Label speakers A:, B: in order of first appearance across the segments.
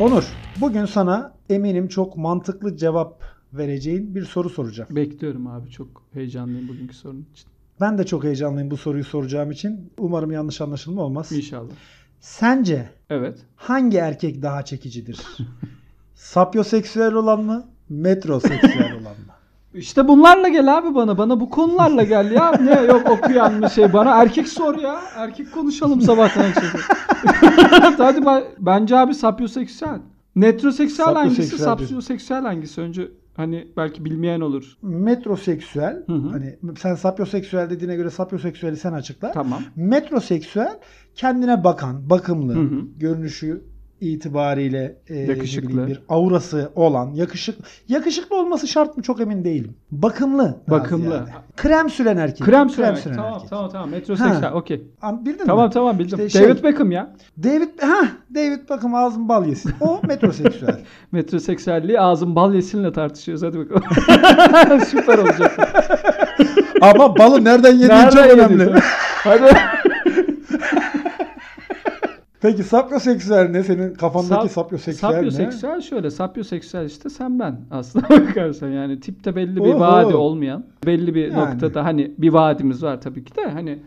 A: Onur, bugün sana eminim çok mantıklı cevap vereceğin bir soru soracağım.
B: Bekliyorum abi çok heyecanlıyım bugünkü sorun için.
A: Ben de çok heyecanlıyım bu soruyu soracağım için. Umarım yanlış anlaşılma olmaz.
B: İnşallah.
A: Sence
B: Evet.
A: hangi erkek daha çekicidir? Sapyoseksüel olan mı? Metroseksüel olan mı?
B: İşte bunlarla gel abi bana. Bana bu konularla gel ya. Ne yok okuyan mı şey bana. Erkek sor ya. Erkek konuşalım sabahtan akşama. Hadi ba- bence abi sapyoseksüel. Netroseksüel hangisi?
A: Sapyoseksüel diyorsun.
B: Sapyoseksüel hangisi? Önce hani belki bilmeyen olur.
A: Metroseksüel,
B: Hı hı.
A: hani sen sapyoseksüel dediğine göre sapyoseksüeli sen açıkla.
B: Tamam.
A: Metroseksüel kendine bakan, bakımlı,
B: Hı hı.
A: görünüşü itibariyle e, ne
B: Yakışıklı.
A: bileyim bir aurası olan, yakışık yakışıklı olması şart mı çok emin değilim. Bakımlı. biraz
B: Bakımlı.
A: yani. Krem süren erkek.
B: Krem sürmek. Tamam tamam tamam. Metroseksüel.
A: Ha.
B: Okey.
A: An- Bildin
B: Tamam
A: mi?
B: tamam bildim.
A: İşte şey-
B: David Beckham ya.
A: David ha David bakım ağzın bal yesin. O metroseksüel.
B: Metroseksüelliği ağzım bal yesinle tartışıyoruz. Hadi bakalım. Süper olacak.
A: Ama balı nereden yediği
B: Nereden
A: çok
B: yedin?
A: önemli.
B: Hadi.
A: Peki sapyoseksüel ne senin kafandaki sapyoseksüel, ne?
B: sapyoseksüel şöyle. Sapyoseksüel işte sen ben aslında bakarsan. Yani tipte belli bir
A: Oho.
B: vaadi olmayan. Belli bir
A: Yani.
B: noktada hani bir vaadimiz var tabii ki de. Hani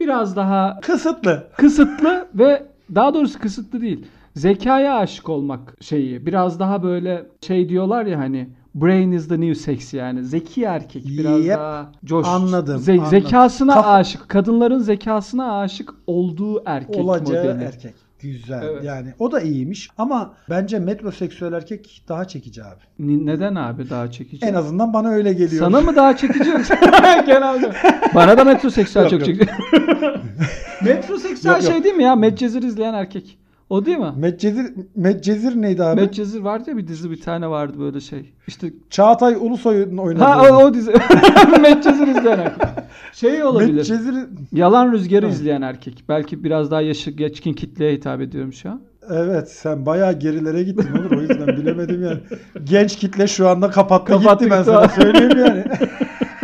B: biraz daha
A: Kısıtlı.
B: kısıtlı ve daha doğrusu kısıtlı değil. Zekaya aşık olmak şeyi. Biraz daha böyle şey diyorlar ya hani brain is the new sex yani. Zeki erkek biraz
A: Yep.
B: daha coş.
A: Anladım,
B: Ze-
A: anladım.
B: Zekasına
A: Kaf-
B: aşık. Kadınların zekasına aşık olduğu erkek
A: Olacağı
B: modeli.
A: erkek. Güzel.
B: Evet.
A: Yani o da iyiymiş ama bence metroseksüel erkek daha çekici abi.
B: Ni- Neden abi daha çekici?
A: En azından bana öyle geliyor.
B: Sana mı daha çekici yoksa- Genelde. Bana da metroseksüel
A: Yok,
B: çok
A: yok.
B: çekici. metroseksüel
A: Yok, yok.
B: şey değil mi ya? Medcezir izleyen erkek. O değil mi?
A: Medcezir, Medcezir neydi abi?
B: Medcezir vardı ya bir dizi bir tane vardı böyle şey. İşte
A: Çağatay Ulusoy'un oynadığı.
B: Ha o, o dizi. Medcezir izleyen erkek. Şey olabilir.
A: Medcezir
B: Yalan Rüzgarı
A: Ha.
B: izleyen erkek. Belki biraz daha yaşı geçkin kitleye hitap ediyorum şu an.
A: evet sen bayağı gerilere gittin olur o yüzden bilemedim yani. Genç kitle şu anda kapattı,
B: Kapattık,
A: gitti ben
B: tamam.
A: sana söyleyeyim yani.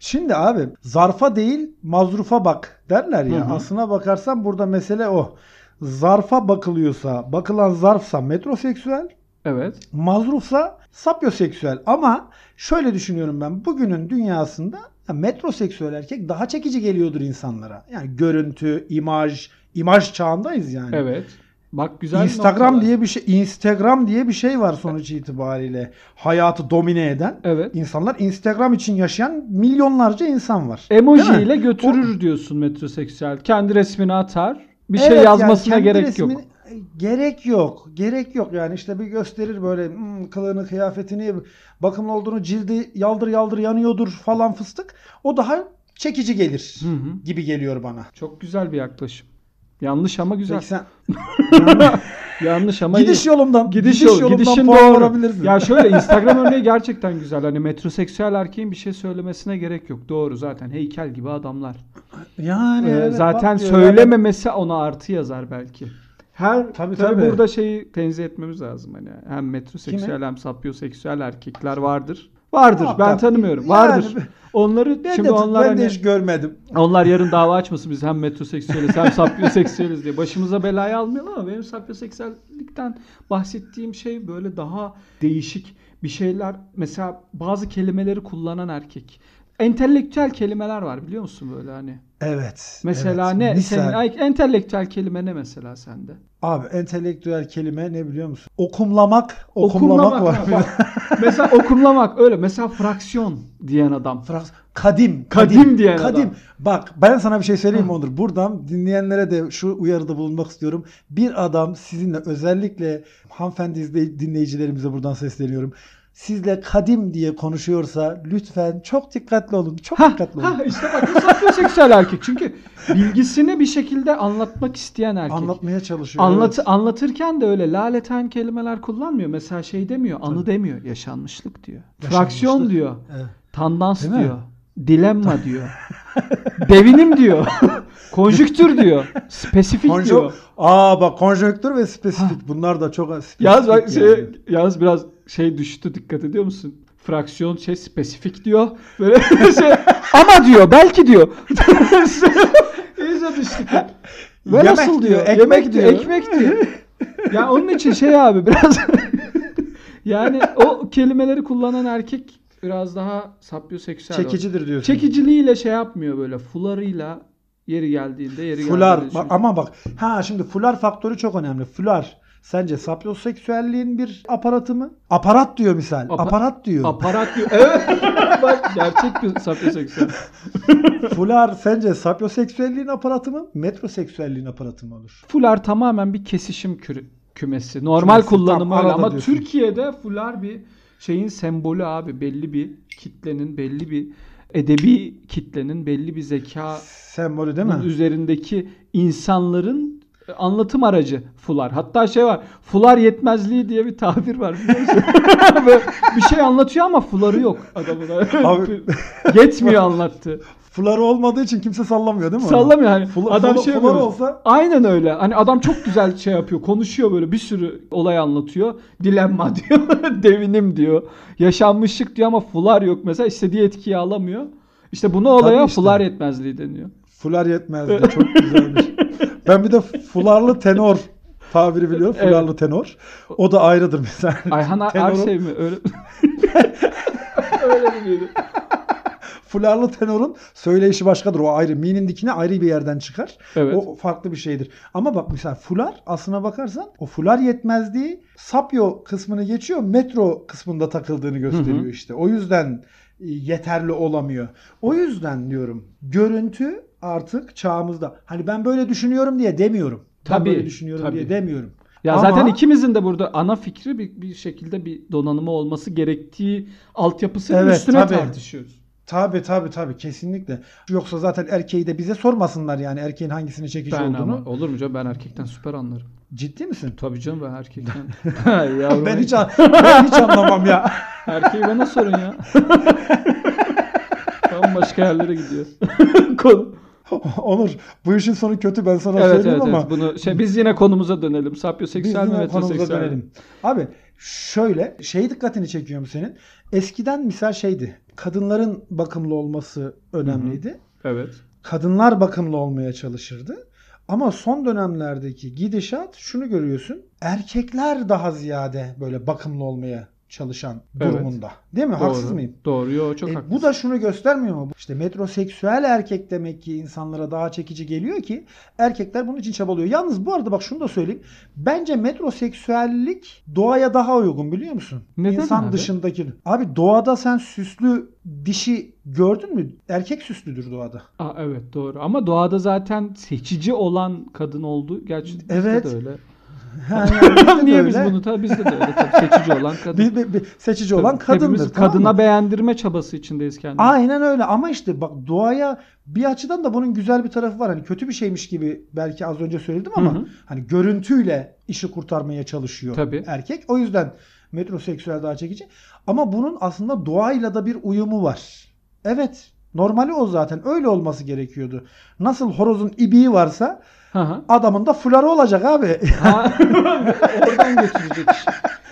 A: Şimdi abi zarfa değil mazrufa bak derler ya.
B: Hı hı.
A: Aslına bakarsan burada mesele o. Zarfa bakılıyorsa, bakılan zarfsa metroseksüel,
B: Evet.
A: mazrufsa sapyoseksüel ama şöyle düşünüyorum ben bugünün dünyasında ya metroseksüel erkek daha çekici geliyordur insanlara. Yani görüntü, imaj, imaj çağındayız yani.
B: Evet. Bak güzel bir
A: Instagram
B: noktalar.
A: diye bir şey Instagram diye bir şey var sonuç itibariyle. Hayatı domine eden
B: Evet.
A: insanlar Instagram için yaşayan milyonlarca insan var. Değil
B: Emoji
A: mi?
B: ile götürür diyorsun metroseksüel. Kendi resmini atar. Bir
A: Evet,
B: şey
A: yani
B: yazmasına
A: kendi
B: gerek yok.
A: resmini- E, Gerek yok. Gerek yok. Yani işte bir gösterir böyle hmm, kılığını, kıyafetini, bakımlı olduğunu, cildi yaldır yaldır yanıyordur falan fıstık. O daha çekici gelir
B: Hı hı.
A: gibi geliyor bana.
B: Çok güzel bir yaklaşım. Yanlış ama güzel.
A: Peki sen
B: Yanlış ama
A: gidiş
B: iyi.
A: yolumdan
B: Gidiş,
A: gidiş,
B: yolu,
A: yolumdan
B: gidişin
A: puan
B: doğru.
A: alabilirsin.
B: Ya şöyle Instagram örneği gerçekten güzel. Hani metroseksüel erkeğin bir şey söylemesine gerek yok. Doğru zaten heykel gibi adamlar.
A: yani
B: Ee,
A: Hani evet,
B: zaten
A: bak diyor ya,
B: söylememesi ona artı yazar belki. Her
A: Tabii,
B: tabii,
A: tabii.
B: burada şeyi tenzih etmemiz lazım hani hem metroseksüel
A: Kimi?
B: hem sapyoseksüel erkekler vardır. Vardır.
A: Yok,
B: ben
A: tabii.
B: tanımıyorum.
A: Yani
B: Vardır.
A: ben-
B: Onları
A: ben,
B: şimdi
A: de,
B: onlar
A: ben
B: hani-
A: de hiç görmedim.
B: onlar yarın dava açmasın biz hem metroseksüeliz hem sapyoseksüeliz diye. Başımıza belayı almayalım ama benim sapyoseksüellikten bahsettiğim şey böyle daha değişik bir şeyler. Mesela bazı kelimeleri kullanan erkek. Entelektüel kelimeler var biliyor musun böyle hani.
A: Evet.
B: Mesela
A: evet.
B: ne?
A: Misal.
B: Senin ay- entelektüel kelime ne mesela sende?
A: Abi entelektüel kelime ne biliyor musun? Okumlamak, okumlamak,
B: Okumlamak
A: var.
B: ha, bak. mesela okumlamak öyle. Mesela fraksiyon diyen adam.
A: Frans kadim,
B: Kadim diyen
A: kadim.
B: adam.
A: Bak ben sana bir şey söyleyeyim mi Onur. Buradan dinleyenlere de şu uyarıda bulunmak istiyorum. Bir adam sizinle özellikle hanımefendi izley- dinleyicilerimize buradan sesleniyorum. Sizle kadim diye konuşuyorsa lütfen çok dikkatli olun. Çok
B: Ha,
A: dikkatli olun.
B: ha işte bak bu sapyoseksüel erkek. Çünkü bilgisini bir şekilde anlatmak isteyen erkek.
A: Anlatmaya çalışıyor.
B: Anlat, anlatırken de öyle laleten kelimeler kullanmıyor. Mesela şey demiyor, anı demiyor, yaşanmışlık diyor.
A: Yaşanmışlık.
B: Fraksiyon diyor,
A: Evet. Evet.
B: tandans
A: Değil mi?
B: diyor, dilemma diyor, devinim diyor, konjüktür diyor, spesifik
A: Konjo-
B: diyor.
A: Aa bak konjonktür ve spesifik. Bunlar da çok spesifik.
B: Yaz bak
A: yani.
B: şey, yaz biraz şey düştü dikkat ediyor musun? Fraksiyon şey spesifik diyor. Böyle şey ama diyor, belki diyor. İyice düştük. Ve
A: Yemek
B: nasıl
A: diyor,
B: diyor?
A: ekmek
B: Yemek diyor,
A: diyor.
B: ekmek diyor. Ya onun için şey abi biraz yani o kelimeleri kullanan erkek biraz daha sapyoseksüel.
A: Çekicidir diyorsun.
B: Çekiciliğiyle şey yapmıyor böyle fularıyla yeri geldiğinde yeri
A: Fular
B: geldiğinde.
A: Bak-
B: düşünüyor.
A: ama bak ha şimdi fular faktörü çok önemli. Fular sence sapyoseksüelliğin bir aparatı mı? Aparat diyor misal.
B: Apa-
A: aparat diyor.
B: Aparat diyor. Evet. Bak gerçek bir sapyoseksüel.
A: fular sence sapyoseksüelliğin aparatı mı? Metroseksüelliğin aparatı mı olur?
B: Fular tamamen bir kesişim kürü- kümesi. Normal
A: Kümesi,
B: kullanımı
A: tam
B: öyle
A: arada
B: ama
A: diyorsun.
B: Türkiye'de fular bir şeyin sembolü abi. Belli bir kitlenin, belli bir edebi kitlenin, belli bir zeka
A: Sembolü değil mi?
B: üzerindeki insanların e, anlatım aracı fular. Hatta şey var. Fular yetmezliği diye bir tabir var biliyor musun? Böyle bir şey anlatıyor ama fuları yok adamın.
A: Abi-
B: Yetmiyor anlattı.
A: Fuları olmadığı için kimse sallamıyor değil mi? onu?
B: Sallamıyor hani.
A: Fula-
B: adam
A: fula-
B: şey
A: fular
B: yapıyor.
A: olsa-
B: Aynen öyle. Hani adam çok güzel şey yapıyor. Konuşuyor böyle bir sürü olay anlatıyor. Dilemma diyor. Devinim diyor. Yaşanmışlık diyor ama fular yok mesela. istediği etkiyi alamıyor. İşte buna olaya
A: işte.
B: fular yetmezliği deniyor.
A: Fular yetmezdi. Çok güzelmiş. ben bir de fularlı tenor tabiri biliyorum. Fularlı tenor. O da ayrıdır mesela.
B: Ayhan Ar-
A: Tenoro-
B: Arsev şey mi? Öyle Öyle miydi?
A: Fularlı tenorun söyleyişi başkadır. O ayrı. Mi'nin dikine ayrı bir yerden çıkar.
B: Evet.
A: O farklı bir şeydir. Ama bak mesela fular aslına bakarsan o fular yetmezliği sapyo kısmını geçiyor. Metro kısmında takıldığını gösteriyor işte. O yüzden e, yeterli olamıyor. O yüzden diyorum görüntü artık çağımızda. Hani ben böyle düşünüyorum diye demiyorum. Ben
B: Tabii,
A: böyle düşünüyorum
B: tabii.
A: diye demiyorum.
B: Ya
A: Ama-
B: zaten ikimizin de burada ana fikri bir, bir şekilde bir donanımı olması gerektiği altyapısının
A: Evet,
B: üstüne
A: tabii.
B: tartışıyoruz.
A: Tabii tabii tabii kesinlikle. Yoksa zaten erkeği de bize sormasınlar yani erkeğin hangisini çekici
B: Ben
A: olduğunu.
B: ama olur mu canım ben erkekten süper anlarım.
A: Ciddi misin?
B: Tabii canım ben erkekten. Yavrum,
A: Ben hiç, an- ben hiç anlamam ya.
B: Erkeği bana sorun ya. Tam başka yerlere gidiyor. Konu.
A: Onur bu işin sonu kötü ben sana
B: Evet evet,
A: söyleyeyim ama
B: evet. Bunu şey biz yine konumuza dönelim.
A: biz
B: Sapyoseksüel mi
A: yine konumuza
B: heteroseksüel mi?
A: dönelim. Abi şöyle şey dikkatini çekiyorum senin. Eskiden misal şeydi. Kadınların bakımlı olması önemliydi.
B: Evet.
A: Kadınlar bakımlı olmaya çalışırdı. Ama son dönemlerdeki gidişat şunu görüyorsun. Erkekler daha ziyade böyle bakımlı olmaya çalışan
B: Evet.
A: durumunda. Değil mi? Haksız mıyım?
B: Doğru. Yo, çok
A: E,
B: haklısın.
A: bu da şunu göstermiyor mu? İşte metroseksüel erkek demek ki insanlara daha çekici geliyor ki erkekler bunun için çabalıyor. Yalnız bu arada bak şunu da söyleyeyim. Bence metroseksüellik doğaya daha uygun biliyor musun?
B: Neden
A: İnsan
B: abi?
A: dışındaki. Abi doğada sen süslü dişi gördün mü? Erkek süslüdür doğada.
B: Aa, evet doğru. Ama doğada zaten seçici olan kadın oldu. Gerçi bizde
A: Evet.
B: de öyle.
A: Yani bizde de
B: Niye
A: öyle.
B: biz bunu? Tabii bizde de öyle. Tabii seçici olan kadın.
A: Bir- bir- bir seçici olan
B: Tabii, hepimiz
A: kadındır. tamam mı?
B: kadına beğendirme çabası içindeyiz kendimiz.
A: Aynen öyle ama işte bak doğaya bir açıdan da bunun güzel bir tarafı var. Hani kötü bir şeymiş gibi belki az önce söyledim ama
B: Hı hı.
A: hani görüntüyle işi kurtarmaya çalışıyor
B: Tabii.
A: erkek. O yüzden metroseksüel daha çekici. Ama bunun aslında doğayla da bir uyumu var. Evet. Normali o zaten. Öyle olması gerekiyordu. Nasıl horozun ibiği varsa
B: Hı hı.
A: adamın da fuları olacak abi.
B: Ha, Oradan götürecek iş.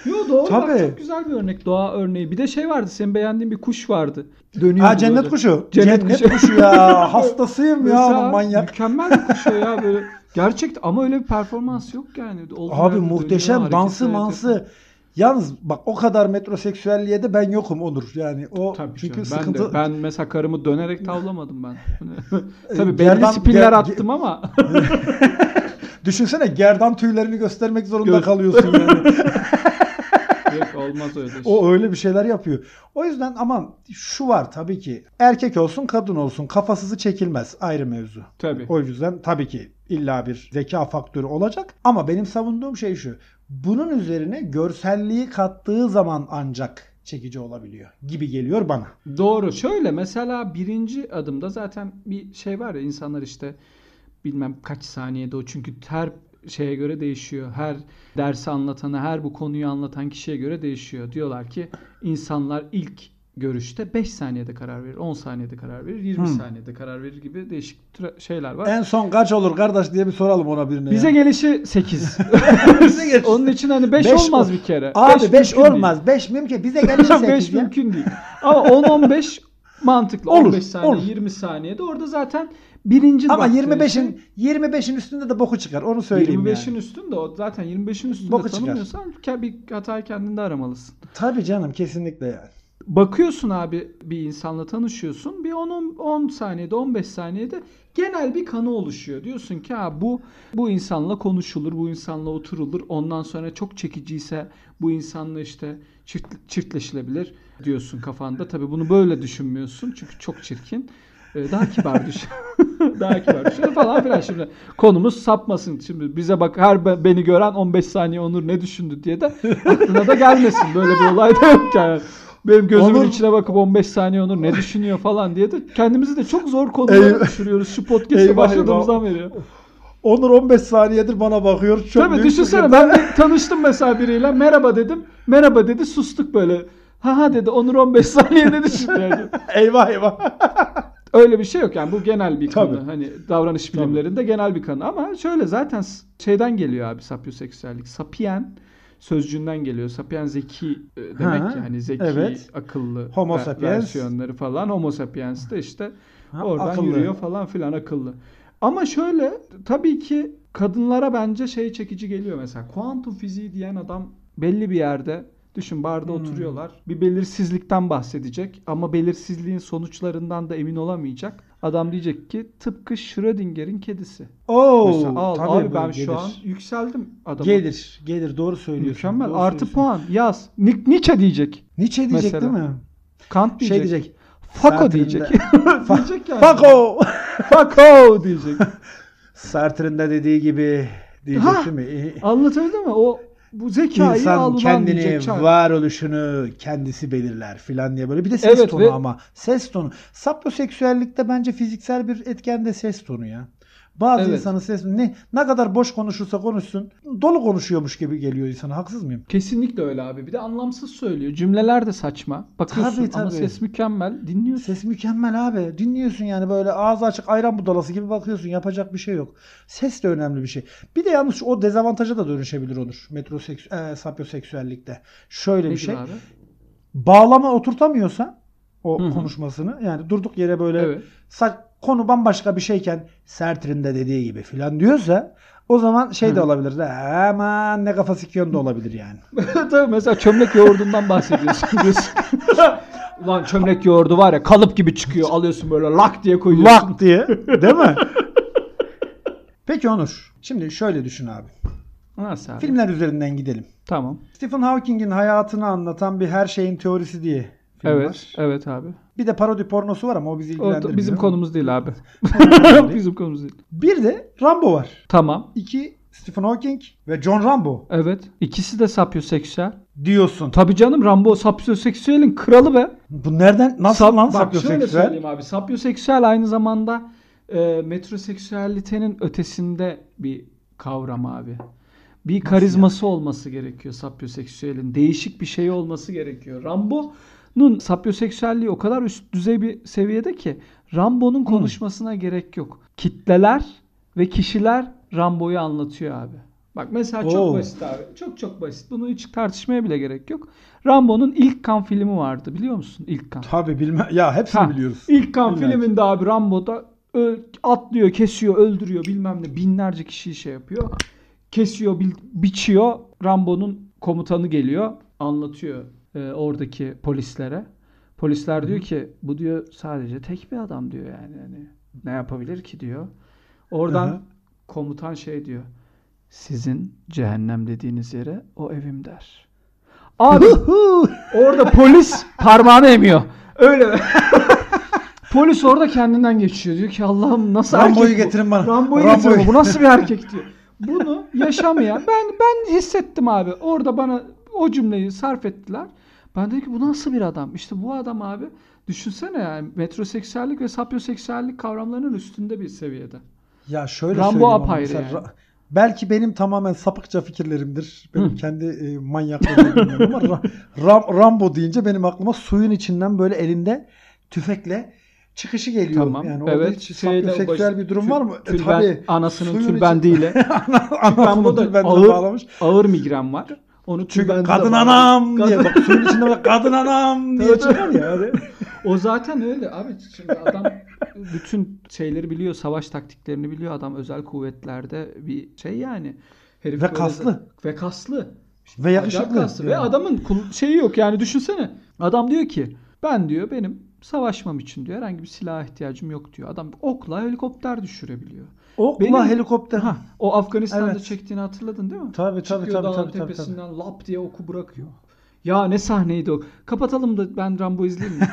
B: Yo doğru bak,
A: Tabii.
B: çok güzel bir örnek doğa örneği. Bir de şey vardı senin beğendiğin bir kuş vardı. Dönüyor.
A: ha cennet kuşu.
B: Cennet
A: Cennet,
B: kuşu.
A: kuşu. ya. Hastasıyım ya. bu Manyak.
B: Mükemmel bir kuş o ya böyle. Gerçekten ama öyle bir performans yok yani. Olduğu
A: Abi
B: yerde
A: muhteşem
B: dönüyor,
A: dansı
B: hareketler yapıyor.
A: mansı. Yalnız bak o kadar metroseksüelliğe de ben yokum Onur. Yani o
B: Tabii
A: çünkü
B: canım, ben
A: sıkıntı.
B: de ben mesela karımı dönerek tavlamadım ben. Tabii
A: Gerdan-
B: belli spinler
A: ger-
B: attım ama
A: Düşünsene gerdan tüylerini göstermek zorunda
B: Göz-
A: kalıyorsun yani.
B: yok olmaz öyle. şey.
A: o öyle bir şeyler yapıyor. O yüzden ama şu var tabii ki erkek olsun kadın olsun kafasızı çekilmez ayrı mevzu.
B: Tabii.
A: O yüzden tabii ki illa bir zeka faktörü olacak ama benim savunduğum şey şu. Bunun üzerine görselliği kattığı zaman ancak çekici olabiliyor gibi geliyor bana.
B: Doğru. Şöyle mesela birinci adımda zaten bir şey var ya insanlar işte bilmem kaç saniyede o çünkü ter şeye göre değişiyor. Her dersi anlatana, her bu konuyu anlatan kişiye göre değişiyor. Diyorlar ki insanlar ilk görüşte 5 saniyede karar verir, 10 saniyede karar verir, 20
A: Hmm.
B: saniyede karar verir gibi değişik tra- şeyler var.
A: En son kaç olur kardeş diye bir soralım ona birine.
B: Bize
A: ya.
B: gelişi 8.
A: Bize gelişi-
B: Onun için hani 5
A: Beş
B: olmaz
A: ol-
B: bir kere.
A: Abi 5
B: mümkün değil.
A: olmaz. 5 mümkün. Bize gelirse
B: 5
A: 8 ya.
B: mümkün değil. Ama 10-15 Mantıklı.
A: Olur,
B: 15 saniye,
A: olur.
B: 20 saniyede orada zaten birinci
A: Ama
B: baktığın
A: 25'in 25'in üstünde de boku çıkar. Onu
B: şey,
A: söyleyeyim
B: 25'in
A: yani.
B: üstünde o zaten 25'in üstünde
A: Boku çıkar.
B: tanımıyorsan ke- bir hatayı kendinde aramalısın.
A: Tabii canım kesinlikle yani.
B: Bakıyorsun abi bir insanla tanışıyorsun. Bir 10 10 saniyede 15 saniyede genel bir kanı oluşuyor. Diyorsun ki ha bu bu insanla konuşulur, bu insanla oturulur. Ondan sonra çok çekiciyse bu insanla işte çift, çiftleşilebilir diyorsun kafanda. Tabii bunu böyle düşünmüyorsun çünkü çok çirkin. Ee, Daha kibar düşün. daha kibar düşün falan filan şimdi. Konumuz sapmasın. Şimdi bize bak her be- beni gören 15 saniye Onur ne düşündü diye de aklına da gelmesin. Böyle bir olay da yok yani. Benim gözümün
A: Onur-
B: içine bakıp 15 saniye Onur ne düşünüyor falan diye de kendimizi de çok zor konulara
A: Eyvah.
B: düşürüyoruz. Şu podcast'e
A: Eyvah,
B: başladığımızdan beri.
A: Onur 15 saniyedir bana bakıyor. Çok
B: Tabii
A: büyük
B: düşünsene
A: sıkıntı.
B: ben de tanıştım mesela biriyle merhaba dedim. Merhaba dedi sustuk böyle. Ha ha dedi Onur 15 saniye ne düşündü yani.
A: Eyvah eyvah.
B: Öyle bir şey yok yani bu genel bir
A: Tabii.
B: konu. Hani davranış bilimlerinde genel bir konu ama şöyle zaten s- şeyden geliyor abi sapyoseksüellik. Sapien sözcüğünden geliyor. Sapien zeki e, demek
A: Ha,
B: yani zeki,
A: evet.
B: akıllı
A: Homo
B: ver-
A: sapiens.
B: versiyonları falan. Homo sapiens de işte
A: Ha,
B: oradan
A: akıllı.
B: yürüyor falan filan akıllı. Ama şöyle tabii ki kadınlara bence şey çekici geliyor mesela. Kuantum fiziği diyen adam belli bir yerde düşün barda
A: Hmm.
B: oturuyorlar. Bir belirsizlikten bahsedecek ama belirsizliğin sonuçlarından da emin olamayacak. Adam diyecek ki tıpkı Schrödinger'in kedisi.
A: Oo,
B: Mesela al
A: tabii
B: abi
A: bu
B: ben
A: gelir.
B: şu an yükseldim adama.
A: gelir gelir doğru söylüyorsun.
B: Mükemmel.
A: doğru
B: Artı
A: söylüyorsun.
B: puan. Yaz. Ni- Nietzsche diyecek.
A: Nietzsche diyecek
B: Mesela.
A: değil mi?
B: Kant diyecek.
A: Şey diyecek.
B: Fako
A: Sartre'nin
B: diyecek.
A: de-
B: diyecek yani.
A: Fako.
B: Fako diyecek.
A: Sartre'nin de dediği gibi diyecek
B: Ha!
A: değil mi?
B: Anlatabildim mi? O bu zekayı
A: İnsan
B: alınan
A: kendini,
B: diyecek çağ.
A: varoluşunu kendisi belirler filan diye böyle. Bir de ses
B: Evet
A: tonu
B: ve-
A: ama. Ses tonu. Sapyoseksüellikte bence fiziksel bir etken de ses tonu ya. Bazı
B: Evet.
A: insanın ses tonu ne, ne kadar boş konuşursa konuşsun dolu konuşuyormuş gibi geliyor insana. Haksız mıyım?
B: Kesinlikle öyle abi. Bir de anlamsız söylüyor. Cümleler de saçma. Bakıyorsun
A: Tabii,
B: ama
A: tabii.
B: ses mükemmel. Dinliyorsun.
A: Ses mükemmel abi. Dinliyorsun yani böyle ağzı açık ayran budalası gibi bakıyorsun. Yapacak bir şey yok. Ses de önemli bir şey. Bir de yalnız o dezavantaja da dönüşebilir olur. Metroseks e, sapyoseksüellikte. Şöyle bir
B: Nedir
A: şey.
B: abi?
A: bağlama oturtamıyorsa o
B: Hı hı.
A: konuşmasını yani durduk yere böyle
B: Evet.
A: sa- konu bambaşka bir şeyken Sertre'nin de dediği gibi filan diyorsa o zaman şey de
B: Hı.
A: olabilir. Aman ne kafa sikiyon da olabilir yani.
B: Tabii mesela çömlek yoğurdundan bahsediyorsun diyorsun. Lan çömlek yoğurdu var ya kalıp gibi çıkıyor. Alıyorsun böyle lak diye koyuyorsun.
A: Lak diye değil mi? Peki Onur. Şimdi şöyle düşün abi.
B: Nasıl abi?
A: Filmler üzerinden gidelim.
B: Tamam.
A: Stephen Hawking'in hayatını anlatan bir her şeyin teorisi diye film
B: evet.
A: var.
B: Evet abi.
A: Bir de parodi pornosu var ama o bizi
B: O da
A: ilgilendirmiyor.
B: bizim konumuz değil abi. bizim konumuz değil.
A: Bir de Rambo var.
B: Tamam.
A: İki Stephen Hawking ve John Rambo
B: Evet. İkisi de sapyoseksüel.
A: diyorsun.
B: Tabii canım Rambo sapyoseksüelin kralı be.
A: Bu nereden nasıl
B: Sap-
A: lan
B: Bak şöyle
A: sapyoseksüel?
B: söyleyeyim abi. Sapyoseksüel aynı zamanda e, metroseksüelitenin ötesinde bir kavram abi. Bir karizması olması gerekiyor sapyoseksüelin. Değişik bir şey olması gerekiyor. Rambo'nun sapyoseksüelliği o kadar üst düzey bir seviyede ki
A: Hmm.
B: Rambo'nun konuşmasına gerek yok. Kitleler ve kişiler Rambo'yu anlatıyor abi. Bak mesela çok
A: Oo.
B: basit abi. Çok çok basit. Bunu hiç tartışmaya bile gerek yok. Rambo'nun ilk kan filmi vardı biliyor musun? İlk kan.
A: Tabi bilme ya hepsini
B: Ha,
A: biliyoruz.
B: İlk kan
A: İlla ki.
B: filminde abi Rambo'da ö- atlıyor, kesiyor, öldürüyor bilmem ne binlerce kişiyi şey yapıyor. Kesiyor, bil- biçiyor. Rambo'nun komutanı geliyor, anlatıyor e, oradaki polislere. Polisler diyor ki bu diyor sadece tek bir adam diyor yani. Hani ne yapabilir ki diyor. Oradan
A: Hı hı.
B: komutan şey diyor. Sizin cehennem dediğiniz yere o evim der. Abi Orada polis parmağını emiyor. Öyle mi? polis orada kendinden geçiyor. Diyor ki Allah'ım nasıl
A: Rambo'yu
B: erkek bu?
A: getirin bana.
B: Rambo'yu
A: Rambo'yu-
B: getirin. Bu nasıl bir erkek diyor. Bunu yaşamayan ben ben hissettim abi. Orada bana o cümleyi sarf ettiler. Ben dedim ki bu nasıl bir adam? İşte bu adam abi düşünsene yani metroseksüellik ve sapyoseksüellik kavramlarının üstünde bir seviyede.
A: Ya şöyle
B: Rambo
A: söyleyeyim ama
B: apayrı
A: mesela
B: yani.
A: Ra- belki benim tamamen sapıkça fikirlerimdir. Benim kendi e, manyaklığımı bilmiyorum ama Ra- Ram- Rambo deyince benim aklıma suyun içinden böyle elinde tüfekle çıkışı geliyor.
B: Tamam.
A: Yani orada
B: evet.
A: hiç
B: Şeyde
A: sapyoseksüel
B: baş-
A: bir durum
B: tü-
A: var mı? E,
B: Tülben,
A: tabii.
B: anasının
A: Suyun içi-
B: tülbendiyle.
A: Anasını
B: Rambo'da
A: tülbenden
B: ağır-
A: bağlamış.
B: ağır migren var. Onu
A: Çünkü
B: tülbende
A: kadın
B: var.
A: anam
B: Kadın-
A: diye bak suyun içinde böyle kadın anam diye
B: Evet.
A: çıkar ya. Hani.
B: O zaten öyle abi. Şimdi adam bütün şeyleri biliyor. Savaş taktiklerini biliyor. Adam özel kuvvetlerde bir şey yani. Herif
A: Ve
B: böyle-
A: kaslı.
B: ve kaslı.
A: Ve yakışıklı.
B: Acayip kaslı. Ve
A: Yani.
B: adamın kul- şeyi yok yani düşünsene. Adam diyor ki ben diyor benim savaşmam için diyor herhangi bir silaha ihtiyacım yok diyor. Adam okla helikopter düşürebiliyor.
A: Okla
B: Benim-
A: helikopter. Ha.
B: O Afganistan'da
A: Evet.
B: çektiğini hatırladın değil mi?
A: Tabii tabii
B: Çıkıyor
A: tabii
B: dağın
A: tabii tabii. tabii.
B: tepesinden lap diye oku bırakıyor. Ya ne sahneydi o. Kapatalım da ben Rambo izleyeyim mi?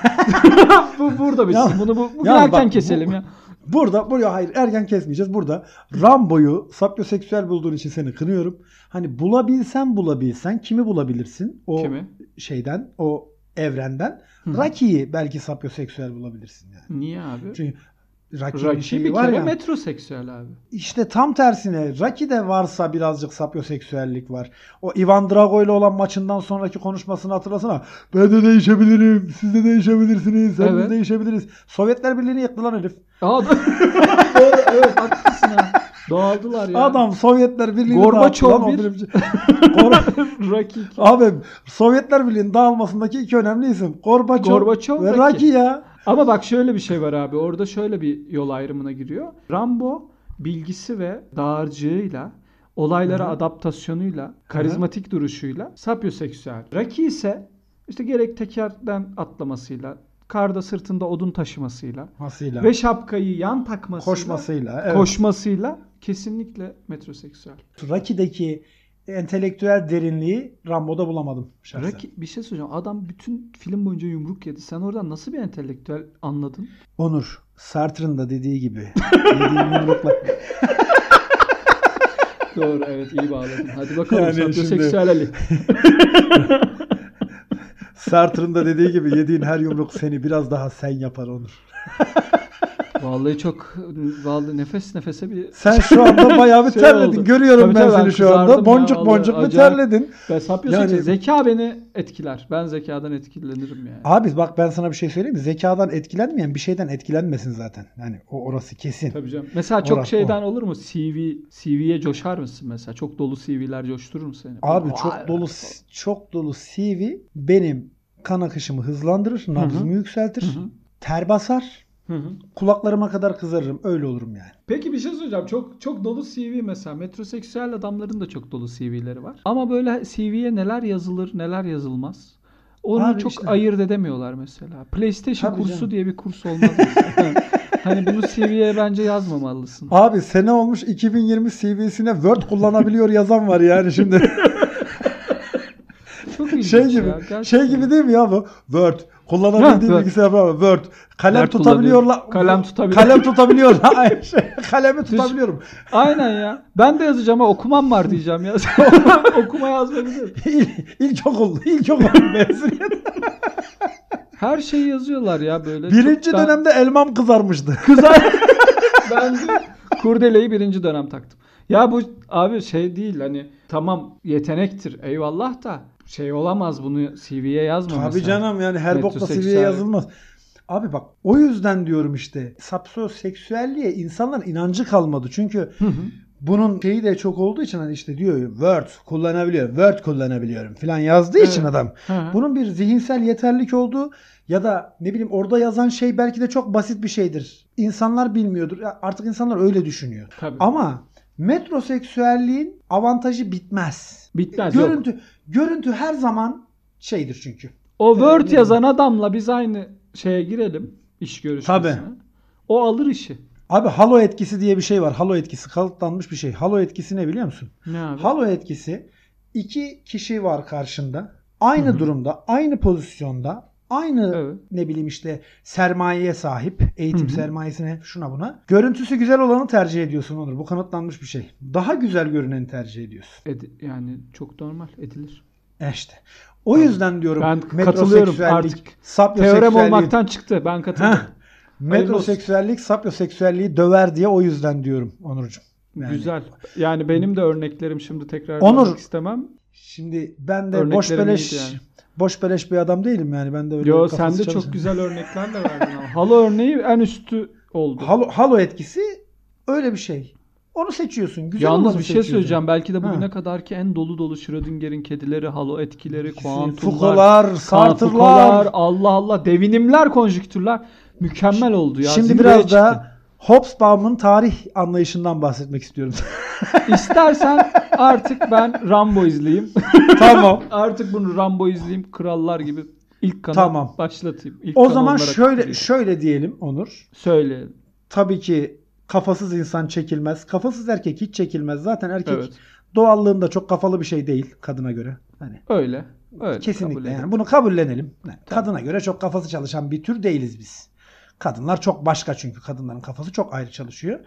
B: bu burada bitsin.
A: Ya-
B: Bunu bu, bu
A: ya
B: erken
A: bak,
B: keselim
A: bu-
B: ya.
A: Burada buraya hayır erken kesmeyeceğiz. Burada Rambo'yu sapyoseksüel bulduğun için seni kınıyorum. Hani bulabilsen bulabilsen kimi bulabilirsin? O
B: Kimi?
A: şeyden, o evrenden.
B: Hı.
A: Rocky'yi belki sapyoseksüel bulabilirsin yani.
B: Niye abi?
A: Çünkü Rocky'nin
B: Rocky
A: şeyi
B: bir
A: var
B: kere
A: ya.
B: metroseksüel abi.
A: İşte tam tersine Rocky'de varsa birazcık sapyoseksüellik var. O Ivan Drago ile olan maçından sonraki konuşmasını hatırlasana. Ben de değişebilirim, siz de değişebilirsiniz, sen
B: Evet.
A: de değişebiliriz. Sovyetler Birliği'ni yıktı lan herif.
B: Aa, evet, evet haklısın ha. Doğaldılar ya.
A: Adam Sovyetler Birliği'ni
B: Gorbaçov
A: dağıttı lan o
B: bir.
A: birinci- Gor-
B: Rocky.
A: Abi Sovyetler Birliği'nin dağılmasındaki iki önemli isim. Gorbaçov,
B: Gorbaçov
A: ve
B: ve
A: Rocky
B: Rocky.
A: ya.
B: Ama bak şöyle bir şey var abi. Orada şöyle bir yol ayrımına giriyor. Rambo bilgisi ve dağarcığıyla, olaylara
A: Hı hı.
B: adaptasyonuyla, karizmatik duruşuyla sapyoseksüel. Rocky ise işte gerek tekerden atlamasıyla, karda sırtında odun taşımasıyla
A: Masıyla,
B: ve şapkayı yan takmasıyla,
A: koşmasıyla. Evet.
B: koşmasıyla kesinlikle metroseksüel.
A: Rocky'deki entelektüel derinliği Rambo'da bulamadım şahsen.
B: Rocky, bir şey söyleyeceğim. Adam bütün film boyunca yumruk yedi. Sen oradan nasıl bir entelektüel anladın?
A: Onur, Sartre'ın da dediği gibi. yediğin yumrukla-
B: Doğru evet iyi bağladın. Hadi bakalım
A: Yani şimdi-
B: sapyoseksüellik.
A: Sartre'ın da dediği gibi yediğin her yumruk seni biraz daha sen yapar Onur.
B: Vallahi çok vallahi nefes nefese bir
A: Sen şu anda bayağı bir
B: Şey
A: terledin.
B: oldu.
A: Görüyorum
B: Tabii
A: ben
B: tabii,
A: seni
B: ben
A: şu
B: kızardım
A: anda.
B: ya,
A: Boncuk
B: vallahi
A: boncuk mu
B: acayip.
A: terledin?
B: ben sapıyorsam
A: Yani-
B: zeka beni etkiler. Ben zekadan etkilenirim yani.
A: Abi bak ben sana bir şey söyleyeyim mi? Zekadan etkilenmeyen bir şeyden etkilenmesin zaten. Yani o orası kesin.
B: Tabii canım. Mesela çok
A: Orhan,
B: şeyden olur mu? CV CV'ye coşar mısın mesela? Çok dolu CV'ler coşturur mu seni?
A: Abi
B: Vay
A: çok
B: be.
A: dolu çok dolu CV benim kan akışımı hızlandırır, nabzımı yükseltir,
B: Hı hı,
A: ter basar,
B: hı hı.
A: kulaklarıma kadar kızarırım. Öyle olurum yani.
B: Peki bir şey söyleyeceğim. Çok çok dolu CV mesela. Metroseksüel adamların da çok dolu CV'leri var. Ama böyle CV'ye neler yazılır, neler yazılmaz. Onu
A: Abi
B: çok
A: işte.
B: ayırt edemiyorlar mesela. PlayStation
A: Tabii
B: kursu
A: canım.
B: diye bir kurs olmaz. mesela. hani bunu CV'ye bence yazmamalısın.
A: Abi sene olmuş 2020 CV'sine Word kullanabiliyor yazan var yani şimdi.
B: Çok ilginç
A: şey
B: ya,
A: gibi
B: gerçekten.
A: şey gibi değil mi ya bu Word
B: Ha,
A: kullanabildiği
B: Word.
A: bilgisayar var Word kalem
B: Word
A: tutabiliyor
B: kullanıyor.
A: la-
B: Kalem tutabiliyor.
A: kalem tutabiliyor Hayır, şey, kalemi tutabiliyorum
B: Aynen ya. Ben de yazacağım ama okumam var diyeceğim ya. Okuma yazmayabilir.
A: İl- ilkokul ilkokul mezuniyet
B: Her şeyi yazıyorlar ya böyle.
A: birinci
B: Çok da-
A: dönemde elmam kızarmıştı
B: Kızar. ben de kurdeleyi birinci dönem taktım. Ya bu abi şey değil hani tamam yetenektir eyvallah da şey olamaz bunu CV'ye yazma
A: Tabii
B: mesela.
A: canım yani her bokla
B: Metroseksüel.
A: seviye yazılmaz. Abi bak o yüzden diyorum işte sapsoseksüelliğe insanların inancı kalmadı. Çünkü
B: Hı hı.
A: bunun şeyi de çok olduğu için hani işte diyor ya, Word kullanabiliyor, Word kullanabiliyorum falan yazdığı için
B: Evet.
A: adam.
B: Hı hı.
A: Bunun bir zihinsel yeterlik olduğu ya da ne bileyim orada yazan şey belki de çok basit bir şeydir. İnsanlar bilmiyordur. Ya Artık insanlar öyle düşünüyor.
B: Tabii.
A: Ama metroseksüelliğin avantajı bitmez.
B: Bitmez yok.
A: Görüntü görüntü her zaman şeydir çünkü.
B: O Word
A: Ee,
B: yazan adamla biz aynı şeye girelim iş görüşmesine.
A: Tabii.
B: O alır işi.
A: Abi halo etkisi diye bir şey var. Halo etkisi kalıplanmış bir şey. Halo etkisi ne biliyor musun?
B: Ne abi?
A: Halo etkisi iki kişi var karşında. Aynı
B: Hı hı.
A: durumda, aynı pozisyonda, aynı
B: Evet.
A: ne bileyim işte sermayeye sahip, eğitim
B: Hı hı.
A: sermayesine şuna buna. Görüntüsü güzel olanı tercih ediyorsun Onur. Bu kanıtlanmış bir şey. Daha güzel görüneni tercih ediyorsun.
B: Edi- yani çok normal edilir.
A: E işte. O yüzden diyorum
B: Ben
A: metroseksüellik,
B: katılıyorum artık.
A: sapyoseksüelliği-
B: Teorem olmaktan çıktı. Ben katıldım.
A: Heh. metroseksüellik, sapyoseksüelliği döver diye o yüzden diyorum Onurcuğum. Yani-
B: Güzel. Yani benim de örneklerim şimdi tekrar
A: Onur.
B: vermek istemem.
A: Şimdi ben de
B: Örneklerim
A: boş beleş
B: iyiydi yani.
A: boş beleş bir adam değilim yani. Ben de öyle
B: Yo
A: kafası
B: sen de
A: çalışan-
B: çok güzel örnekler de verdin ama. Halo örneği en üstü oldu.
A: Halo, halo etkisi öyle bir şey. Onu seçiyorsun. Güzel
B: Yalnız
A: olanı
B: bir şey
A: seçiyorsun.
B: söyleyeceğim. Belki de
A: Ha.
B: bugüne kadarki en dolu dolu Schrödinger'in kedileri, halo etkileri, kuantumlar,
A: Foucault'lar,
B: Sartırlar,
A: Sartre'lar.
B: Allah Allah, devinimler, konjüktürler mükemmel oldu ya.
A: Şimdi
B: Zirveye
A: biraz
B: çıktı.
A: da Hobsbawm'ın tarih anlayışından bahsetmek istiyorum.
B: istersen artık ben Rambo izleyeyim.
A: tamam.
B: artık bunu Rambo izleyeyim, krallar gibi ilk kanal
A: Tamam.
B: başlatayım. İlk
A: O
B: kanal
A: zaman
B: olarak
A: şöyle
B: bitireyim.
A: şöyle diyelim Onur.
B: söyle.
A: Tabii ki kafasız insan çekilmez. Kafasız erkek hiç çekilmez. Zaten erkek
B: Evet.
A: doğallığında çok kafalı bir şey değil kadına göre. Hani
B: Öyle. Öyle. kabul
A: kesinlikle
B: ederim.
A: yani bunu kabullenelim. Yani Kadına göre çok kafası çalışan bir tür değiliz biz. Kadınlar çok başka çünkü kadınların kafası çok ayrı çalışıyor.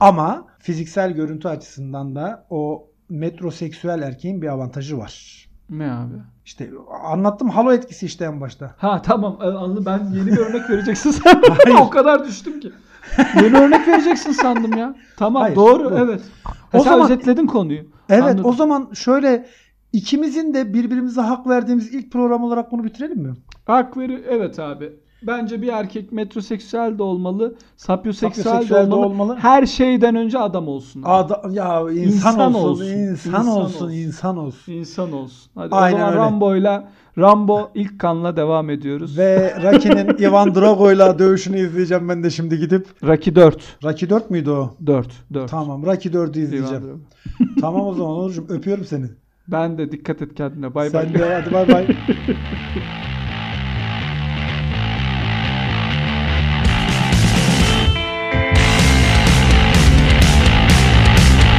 A: Ama fiziksel görüntü açısından da o metroseksüel erkeğin bir avantajı var.
B: Ne abi?
A: İşte anlattım halo etkisi işte en başta.
B: Ha tamam e, anladım. Ben yeni bir örnek vereceksin sen.
A: Hayır.
B: o kadar düştüm ki. Yeni örnek vereceksin sandım ya. Tamam
A: Hayır,
B: doğru
A: bu.
B: evet.
A: O
B: o sen
A: zaman-
B: özetledin konuyu.
A: Evet
B: Anladım.
A: o zaman şöyle ikimizin de birbirimize hak verdiğimiz ilk program olarak bunu bitirelim mi?
B: Hak veri evet abi. Bence bir erkek metroseksüel de olmalı, sapyoseksüel de
A: Sapyoseksüel de
B: olmalı.
A: olmalı.
B: Her şeyden önce adam olsun. abi.
A: Ada- ya insan,
B: İnsan
A: olsun,
B: olsun,
A: insan,
B: insan
A: olsun,
B: olsun.
A: insan olsun.
B: İnsan olsun. Hadi
A: Aynen
B: o zaman
A: öyle.
B: Rambo'yla Rambo ilk kanla devam ediyoruz.
A: Ve Rocky'nin Ivan Drago'yla dövüşünü izleyeceğim ben de şimdi gidip.
B: Rocky 4.
A: Rocky 4 müydü o?
B: 4. 4.
A: Tamam Rocky 4'ü izleyeceğim.
B: İzleyeceğim.
A: tamam o zaman Onurcuğum öpüyorum seni.
B: Ben de dikkat et kendine. Bay bay.
A: Sen de hadi bay bay.